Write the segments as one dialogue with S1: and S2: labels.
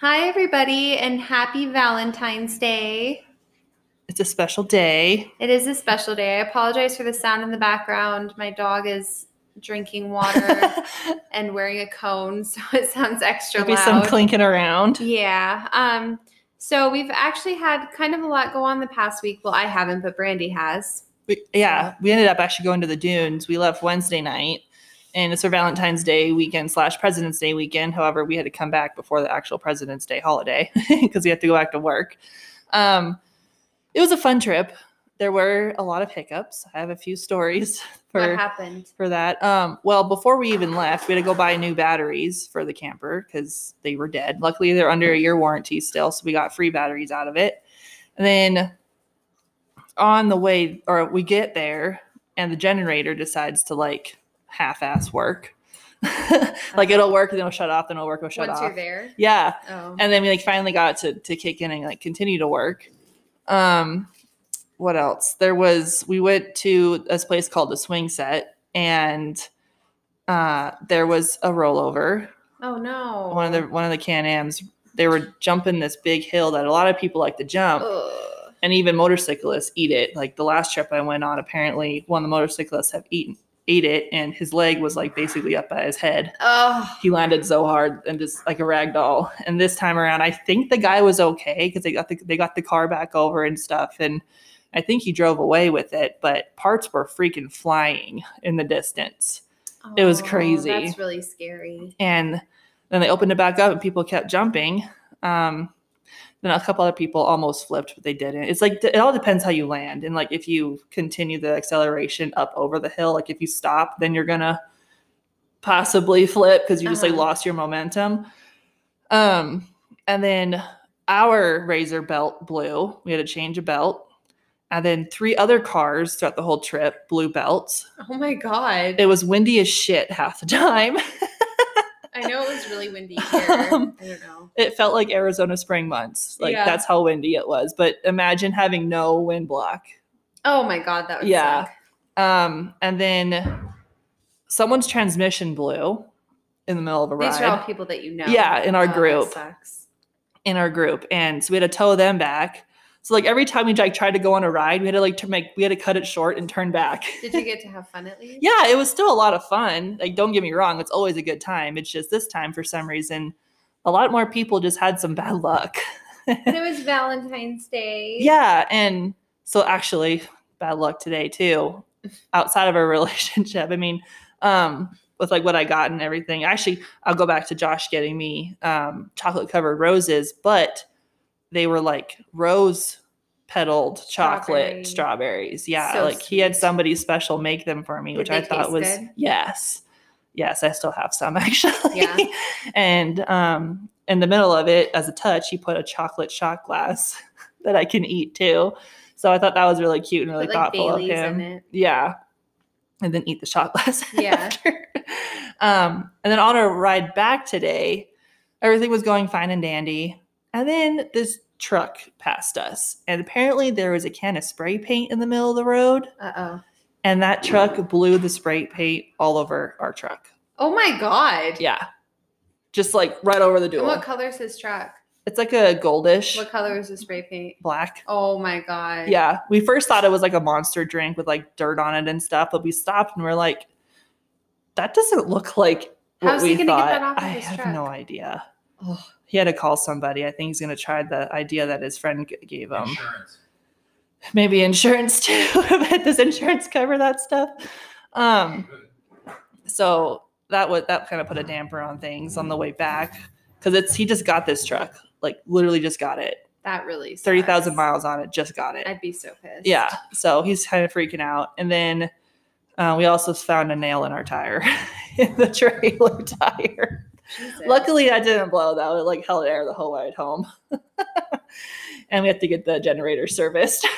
S1: Hi, everybody, and happy Valentine's Day.
S2: It's a special day.
S1: It is a special day. I apologize for the sound in the background. My dog is drinking water and wearing a cone, so it sounds extra
S2: There'll be
S1: loud.
S2: some clinking around.
S1: yeah. Um, so we've actually had kind of a lot go on the past week. Well, I haven't, but Brandy has.
S2: We, yeah, we ended up actually going to the dunes. We left Wednesday night, and it's our Valentine's Day weekend slash President's Day weekend. However, we had to come back before the actual President's Day holiday because we had to go back to work. Um, it was a fun trip. There were a lot of hiccups. I have a few stories
S1: What
S2: for
S1: happened?
S2: for that. Um, well, before we even left, we had to go buy new batteries for the camper because they were dead. Luckily, they're under a year warranty still, so we got free batteries out of it. And then on the way, or we get there, and the generator decides to like half-ass work. like it'll work, and then it'll shut off, then it'll work, it'll shut
S1: Once
S2: off.
S1: you're there.
S2: Yeah
S1: Oh.
S2: and then we like finally got to to kick in and like continue to work. Um, what else? There was we went to this place called the Swing Set, and uh, there was a rollover.
S1: oh no.
S2: One of the one of the Can Am's. They were jumping this big hill that a lot of people like to jump,
S1: Oh. Ugh.
S2: and even motorcyclists eat it. Like the last trip I went on, apparently one of the motorcyclists have eaten ate it, and his leg was like basically up by his head
S1: Oh.
S2: he landed so hard and just like a rag doll. And this time around, I think the guy was okay because they got the they got the car back over and stuff. And I think he drove away with it, but parts were freaking flying in the distance. It was
S1: Oh,
S2: crazy.
S1: That's really scary.
S2: And then they opened it back up, and people kept jumping. Um, then a couple other people almost flipped, but they didn't. It's like it all depends how you land, and like if you continue the acceleration up over the hill, like if you stop, then you're gonna possibly flip because you just like
S1: Uh-huh.
S2: lost your momentum. Um, and then our razor belt blew. We had to change a belt, and then three other cars throughout the whole trip blew belts.
S1: Oh my god.
S2: It was windy as shit half the time.
S1: I know it was really windy here.
S2: Um,
S1: I don't know.
S2: it felt like Arizona spring months. Like
S1: Yeah.
S2: that's how windy it was. But imagine having no wind block.
S1: Oh my god, that was
S2: Yeah.
S1: Suck.
S2: Um, and then someone's transmission blew in the middle of a
S1: These are all
S2: ride
S1: people that you know. Oh,
S2: Yeah, in our
S1: that
S2: group.
S1: sucks.
S2: in our group, and so we had to tow them back. So like every time we like tried to go on a ride, we had to like to make we had to cut it short and turn back.
S1: Did you get to have fun at least?
S2: yeah, it was still a lot of fun. Like don't get me wrong, it's always a good time. It's just this time for some reason, a lot more people just had some bad luck.
S1: And it was Valentine's Day.
S2: Yeah, and so actually, bad luck today too. Outside of our relationship, I mean, um, with like what I got and everything. Actually, I'll go back to Josh getting me um, chocolate covered roses, but they were like rose petaled
S1: Strawberry.
S2: chocolate strawberries. Yeah,
S1: So
S2: like he had
S1: sweet.
S2: somebody special make them for me,
S1: Did
S2: which
S1: they
S2: I thought
S1: taste
S2: was
S1: good?
S2: yes, yes. I still have some actually.
S1: Yeah.
S2: and um, in the middle of it, as a touch, he put a chocolate shot glass that I can eat too. So I thought that was really cute and really
S1: Put, like
S2: thoughtful
S1: Bailey's
S2: of
S1: in
S2: him.
S1: it.
S2: Yeah. And then eat the shot glass.
S1: Yeah.
S2: after. Um, and then on our ride back today, everything was going fine and dandy. And then this truck passed us. And apparently there was a can of spray paint in the middle of the road.
S1: Uh oh.
S2: And that truck blew the spray paint all over our truck.
S1: Oh my god.
S2: Yeah. Just like right over the
S1: And
S2: dual.
S1: what color is his truck?
S2: It's like a goldish
S1: What color is the spray paint?
S2: black.
S1: Oh my god.
S2: Yeah. We first thought it was like a monster drink with like dirt on it and stuff, but we stopped and we're like, that doesn't look like what
S1: How's
S2: we
S1: he gonna get
S2: thought.
S1: that off of
S2: I
S1: his
S2: have
S1: truck?
S2: no idea.
S1: Ugh.
S2: He had to call somebody. I think he's going to try the idea that his friend g- gave him.
S3: Insurance.
S2: Maybe insurance too. but does insurance cover that stuff? Um,
S3: Good.
S2: so that would that kind of put a damper on things on the way back because it's he just got this truck like literally just got it
S1: That really.
S2: thirty thousand
S1: sucks.
S2: miles on it just got it
S1: I'd be so pissed.
S2: yeah so he's kind of freaking out and then uh, we also found a nail in our tire in the trailer tire
S1: Jesus.
S2: luckily that didn't blow though it like held air the whole ride home and we have to get the generator serviced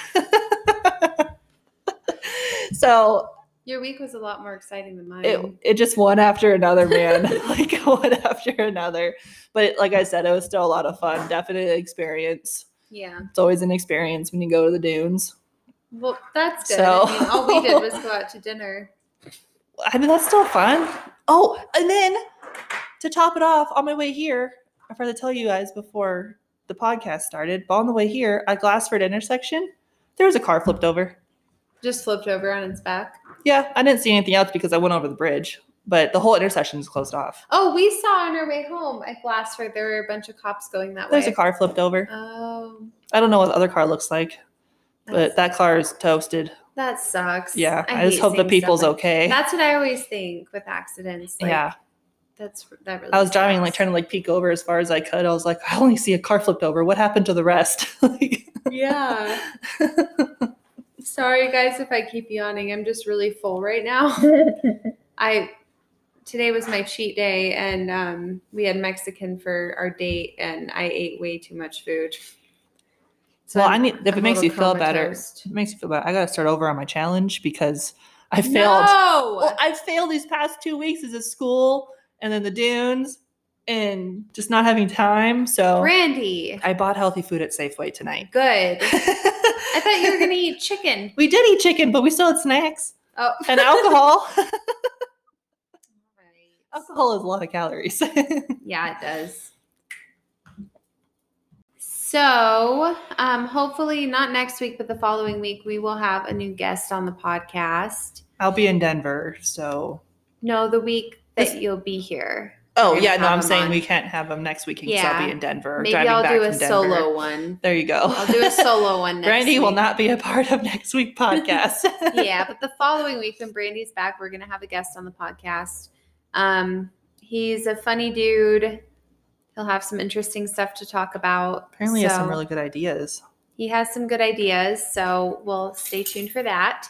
S2: so
S1: Your week was a lot more exciting than mine.
S2: it it just one after another, man. like one after another. But like I said, it was still a lot of fun. Definite experience.
S1: yeah.
S2: It's always an experience when you go to the dunes.
S1: Well, that's good.
S2: So-
S1: I mean, all we did was go out to dinner.
S2: I mean, that's still fun. Oh, and then to top it off, on my way here, I forgot to tell you guys before the podcast started, but on the way here at Glassford intersection, there was a car flipped over.
S1: Just flipped over on its back.
S2: Yeah, I didn't see anything else because I went over the bridge, but the whole intersection is closed off.
S1: Oh, we saw on our way home at Glassford there were a bunch of cops going that
S2: There's
S1: way.
S2: a car flipped over.
S1: Oh,
S2: I don't know what the other car looks like,
S1: that's-
S2: but that car is toasted.
S1: that sucks.
S2: Yeah, I, just
S1: hate
S2: hope the
S1: seeing stuff
S2: people's
S1: like-
S2: okay.
S1: That's what I always think with accidents. Like,
S2: yeah,
S1: that's that really.
S2: I was driving,
S1: sucks.
S2: like trying to like peek over as far as I could. I was like, I only see a car flipped over. What happened to the rest? like,
S1: Yeah. Sorry guys if I keep yawning. I'm just really full right now. I today was my cheat day and um, we had Mexican for our date and I ate way too much food. So
S2: well,
S1: I'm-
S2: I need if
S1: I'm
S2: it makes
S1: a
S2: you
S1: little
S2: feel better.
S1: comatose.
S2: It makes you feel better. I gotta start over on my challenge because I failed.
S1: No!
S2: Well, I failed these past two weeks as a school and then the dunes and just not having time. So
S1: Brandy.
S2: I bought healthy food at Safeway tonight.
S1: Good. I thought you were gonna eat chicken.
S2: we did eat chicken, but we still had snacks
S1: Oh
S2: and alcohol.
S1: Right.
S2: alcohol is a lot of calories.
S1: Yeah, it does. So, um, hopefully, not next week, but the following week, we will have a new guest on the podcast.
S2: I'll be in Denver, so.
S1: No, the week that
S2: This-
S1: you'll be here.
S2: Oh
S1: We're gonna
S2: yeah, no,
S1: have
S2: I'm
S1: them
S2: saying
S1: on.
S2: we can't have them next week because I'll
S1: Yeah.
S2: be in Denver.
S1: Maybe
S2: driving
S1: I'll
S2: back
S1: do a
S2: from Denver.
S1: solo one.
S2: There you go.
S1: I'll do a solo one next
S2: Brandy will
S1: week.
S2: not be a part of next week's podcast.
S1: yeah, but the following week when Brandy's back, we're gonna have a guest on the podcast. Um, he's a funny dude. He'll have some interesting stuff to talk about.
S2: Apparently, he has some
S1: So-
S2: really good ideas.
S1: he has some good ideas so we'll stay tuned for that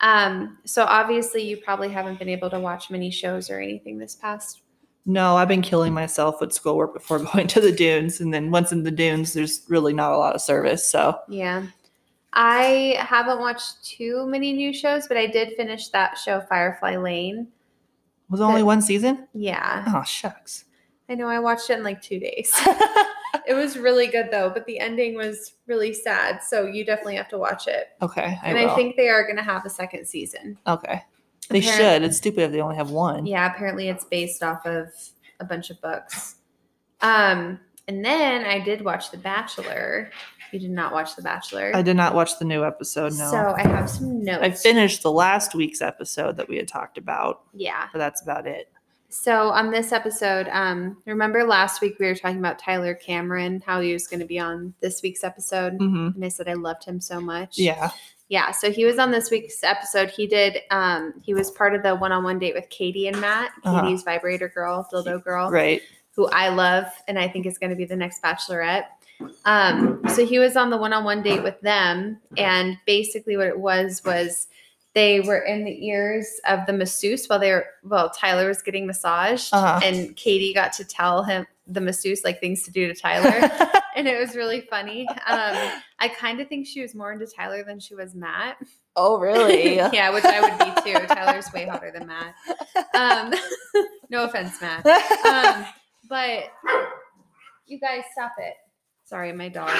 S1: um, so obviously you probably haven't been able to watch many shows or anything this past
S2: No, I've been killing myself with schoolwork before going to the dunes, and then once in the dunes, there's really not a lot of service. So
S1: yeah i haven't watched too many new shows but i did finish that show firefly lane
S2: was it only
S1: Good.
S2: one season.
S1: yeah
S2: Oh shucks.
S1: i know i watched it in like two days it was really good though but the ending was really sad so you definitely have to watch it
S2: okay, I
S1: and
S2: will.
S1: i think they are going to have a second season
S2: okay, they
S1: Apparent-
S2: should. It's stupid if they only have one.
S1: Yeah, apparently it's based off of a bunch of books. Um, and then I did watch The Bachelor. You did not watch The Bachelor.
S2: I did not watch the new episode. No,
S1: So I have some notes.
S2: I finished the last week's episode that we had talked about,
S1: Yeah.
S2: but that's about it.
S1: So on this episode, um, remember last week we were talking about Tyler Cameron, how he was going to be on this week's episode,
S2: Mm-hmm.
S1: and I said I loved him so much.
S2: Yeah.
S1: Yeah. So he was on this week's episode. He did. Um, he was part of the one-on-one date with Katie and Matt,
S2: Uh-huh.
S1: Katie's vibrator girl, dildo girl.
S2: Right.
S1: who I love and I think is going to be the next bachelorette. Um, so he was on the one on one date with them. And basically, what it was was they were in the ears of the masseuse while they were, while Tyler was getting massaged.
S2: Uh-huh.
S1: And Katie got to tell him, the masseuse, like things to do to Tyler. and it was really funny. Um, I kind of think she was more into Tyler than she was Matt.
S2: oh really?
S1: yeah, which I would be too. Tyler's way hotter than Matt. Um, no offense, Matt um, but you guys stop it. Sorry, my dogs.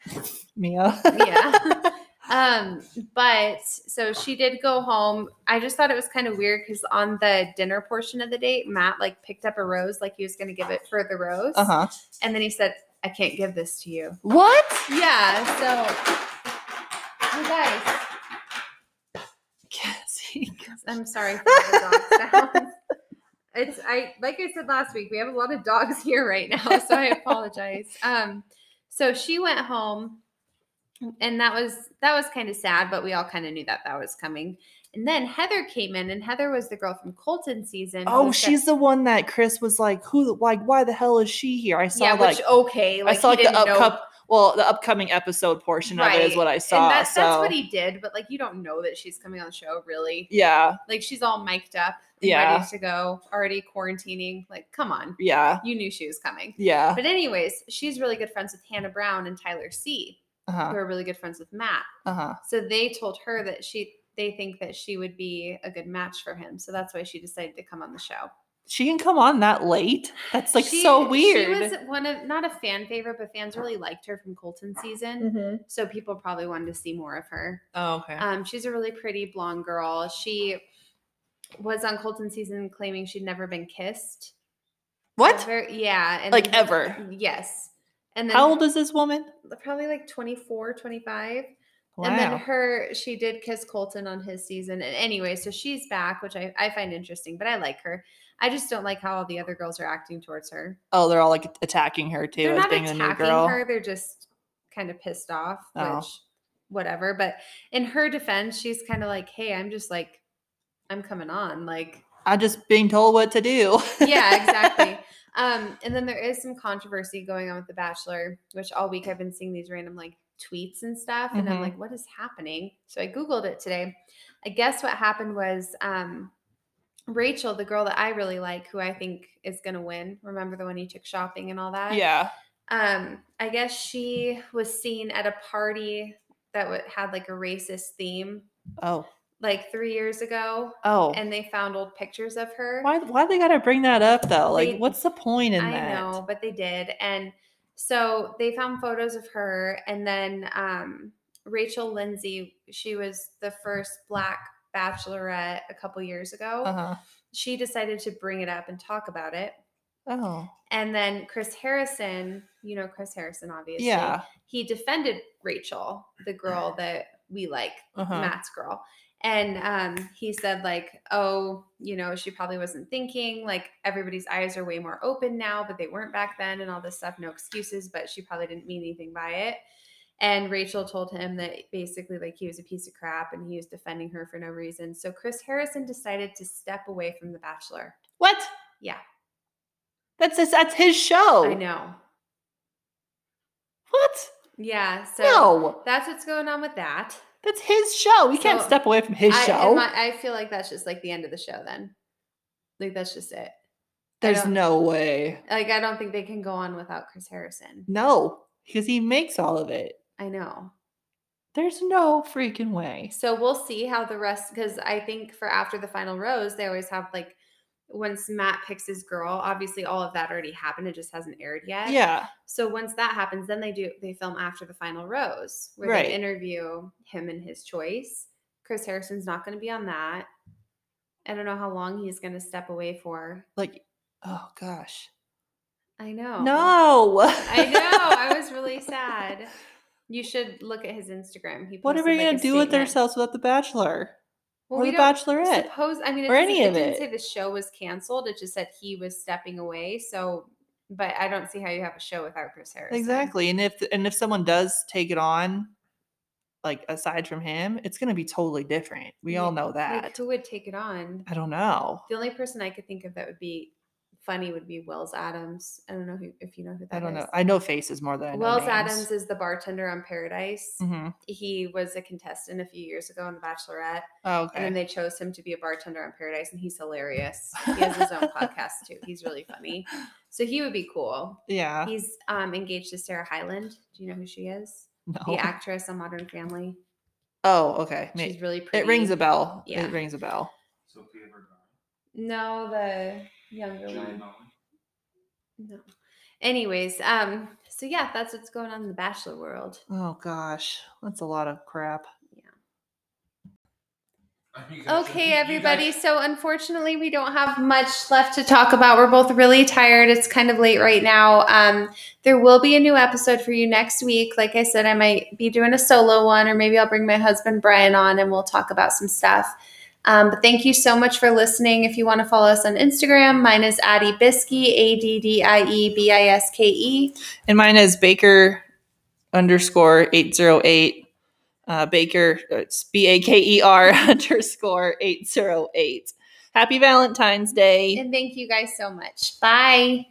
S2: Mia.
S1: Yeah. Um, but so she did go home. I just thought it was kind of weird because on the dinner portion of the date, Matt like picked up a rose, like he was gonna give it for the rose.
S2: Uh huh.
S1: And then he said, I can't give this to you.
S2: What?
S1: Yeah, so you guys,
S2: Cassie.
S1: I'm sorry for the dog sounds. It's I like I said last week, we have a lot of dogs here right now, so I apologize. Um so she went home and that was that was kind of sad, but we all kind of knew that that was coming. And then Heather came in and Heather was the girl from Colton season. who
S2: Oh,
S1: was the-
S2: she's the one that Chris was like, who, the- like, why the hell is she here? I saw
S1: yeah,
S2: like,
S1: which okay, like
S2: I saw
S1: he
S2: like the
S1: didn't know-
S2: upcoming, well, the upcoming episode portion of it is
S1: Right.
S2: what I
S1: and
S2: saw.
S1: that-
S2: so
S1: that's what he did, but like you don't know that she's coming on the show really.
S2: yeah,
S1: Like she's all mic'd up, and
S2: Yeah.
S1: ready to go, already quarantining. Like, come on.
S2: yeah,
S1: You knew she was coming.
S2: yeah.
S1: But anyways, she's really good friends with Hannah Brown and Tyler C,
S2: Uh
S1: who
S2: huh.
S1: are really good friends with Matt.
S2: Uh huh.
S1: So they told her that she they think that she would be a good match for him. So that's why she decided to come on the show.
S2: She can come on that late. That's like
S1: She-
S2: so weird.
S1: She was one of not a fan favorite, but fans really liked her from Colton season.
S2: Mm.
S1: So people probably wanted to see more of her.
S2: Oh, okay.
S1: Um, she's a really pretty blonde girl. She was on Colton season claiming she'd never been kissed.
S2: What?
S1: Very- yeah. And
S2: Like ever.
S1: Yes. And then
S2: How old is this woman?
S1: probably like 24, 25.
S2: Wow.
S1: And then her, she did kiss Colton on his season. And anyway, so she's back, which I, I find interesting, but I like her. I just don't like how all the other girls are acting towards her.
S2: oh, they're all like attacking her too
S1: They're
S2: as
S1: not
S2: being the new
S1: attacking
S2: girl.
S1: her. They're just kind of pissed off,
S2: Oh.
S1: which whatever. But in her defense, she's kind of like, hey, I'm just like, I'm coming on. Like,
S2: I'm just being told what to do.
S1: yeah, exactly. Um, and then there is some controversy going on with The Bachelor, which all week I've been seeing these random like tweets and stuff. And
S2: Mhm.
S1: I'm like, what is happening? So I Googled it today. I guess what happened was um, Rachel, the girl that I really like, who I think is going to win, remember the one you took shopping and all that?
S2: yeah.
S1: um i guess she was seen at a party that w- had like a racist theme
S2: Oh.
S1: like three years ago
S2: Oh.
S1: and they found old pictures of her
S2: why why they gotta bring that up though? Like
S1: They-
S2: what's the point in
S1: i
S2: that?
S1: know but they did and so they found photos of her and then um rachel lindsay she was the first black bachelorette a couple years ago
S2: Uh-huh.
S1: she decided to bring it up and talk about it
S2: Oh.
S1: and then chris harrison you know chris harrison obviously
S2: Yeah.
S1: he defended Rachel, the girl that we like,
S2: Uh-huh.
S1: Matt's girl. And um, he said, like, oh, you know, she probably wasn't thinking. Like, everybody's eyes are way more open now, but they weren't back then, and all this stuff. No excuses, but she probably didn't mean anything by it. And Rachel told him that basically, like, he was a piece of crap and he was defending her for no reason. So Chris Harrison decided to step away from The Bachelor.
S2: What?
S1: Yeah.
S2: That's his, that's his show.
S1: I know.
S2: What?
S1: Yeah. So
S2: no.
S1: that's what's going on with that.
S2: That's his show. We can't
S1: So,
S2: step away from his
S1: I,
S2: show.
S1: and my- I feel like that's just like the end of the show then. Like that's just it.
S2: There's
S1: don't-
S2: no way.
S1: Like I don't think they can go on without Chris Harrison.
S2: No, because he makes all of it.
S1: I know.
S2: There's no freaking way.
S1: So we'll see how the rest because I think for after the final rose, they always have like once Matt picks his girl, obviously all of that already happened. It just hasn't aired yet.
S2: Yeah.
S1: So once that happens, then they do they film after the final rose where
S2: Right.
S1: they interview him and his choice. Chris Harrison's not gonna be on that. I don't know how long he's gonna step away for.
S2: Like, oh gosh.
S1: I know.
S2: No.
S1: Oh. I know. I was really sad. You should look at his Instagram. He
S2: what are
S1: posted,
S2: we
S1: like,
S2: gonna
S1: a
S2: do with
S1: statement.
S2: ourselves without The Bachelor
S1: Well,
S2: or
S1: we
S2: The
S1: don't
S2: Bachelorette?
S1: Suppose I mean, it
S2: or
S1: doesn't-
S2: any
S1: it
S2: of
S1: didn't
S2: it.
S1: say the show was canceled. It just said he was stepping away. So, but I don't see how you have a show without Chris Harris.
S2: Exactly. And if and if someone does take it on, like aside from him, it's gonna be totally different. We all
S1: Yeah,
S2: know that.
S1: Like, who would take it on?
S2: I don't know.
S1: The only person I could think of that would be funny would be Wells Adams. I don't know who, if you know who that
S2: I
S1: is.
S2: don't know. I know faces more than I know
S1: Wells
S2: names.
S1: Adams is the bartender on Paradise.
S2: Mhm.
S1: He was a contestant a few years ago on The Bachelorette.
S2: Oh,
S1: And then
S2: okay.
S1: they chose him to be a bartender on Paradise, and he's hilarious. He has his own podcast too. He's really funny. So he would be cool.
S2: Yeah.
S1: He's um, engaged to Sarah Hyland. Do you know who she is?
S2: No.
S1: The actress on Modern Family.
S2: Oh, okay. Ma-
S1: She's really pretty.
S2: It rings a bell.
S1: Yeah.
S2: It rings a bell.
S3: Sophia Vergara.
S1: No, the younger
S3: Julie
S1: one.
S3: Nolan.
S1: No. Anyways, um, so yeah, that's what's going on in the Bachelor world.
S2: Oh gosh, that's a lot of crap.
S3: You guys-
S1: Okay,
S3: you
S1: everybody.
S3: guys-
S1: So, unfortunately, we don't have much left to talk about. We're both really tired. It's kind of late right now. Um, there will be a new episode for you next week. Like I said, I might be doing a solo one, or maybe I'll bring my husband Brian on and we'll talk about some stuff. Um, but thank you so much for listening. If you want to follow us on Instagram, mine is Addie Biske, A D D I E B I S K E.
S2: And mine is Baker underscore eight zero eight. Uh, Baker, uh, it's B A K E R underscore eight zero eight. Happy Valentine's Day.
S1: And thank you guys so much. Bye.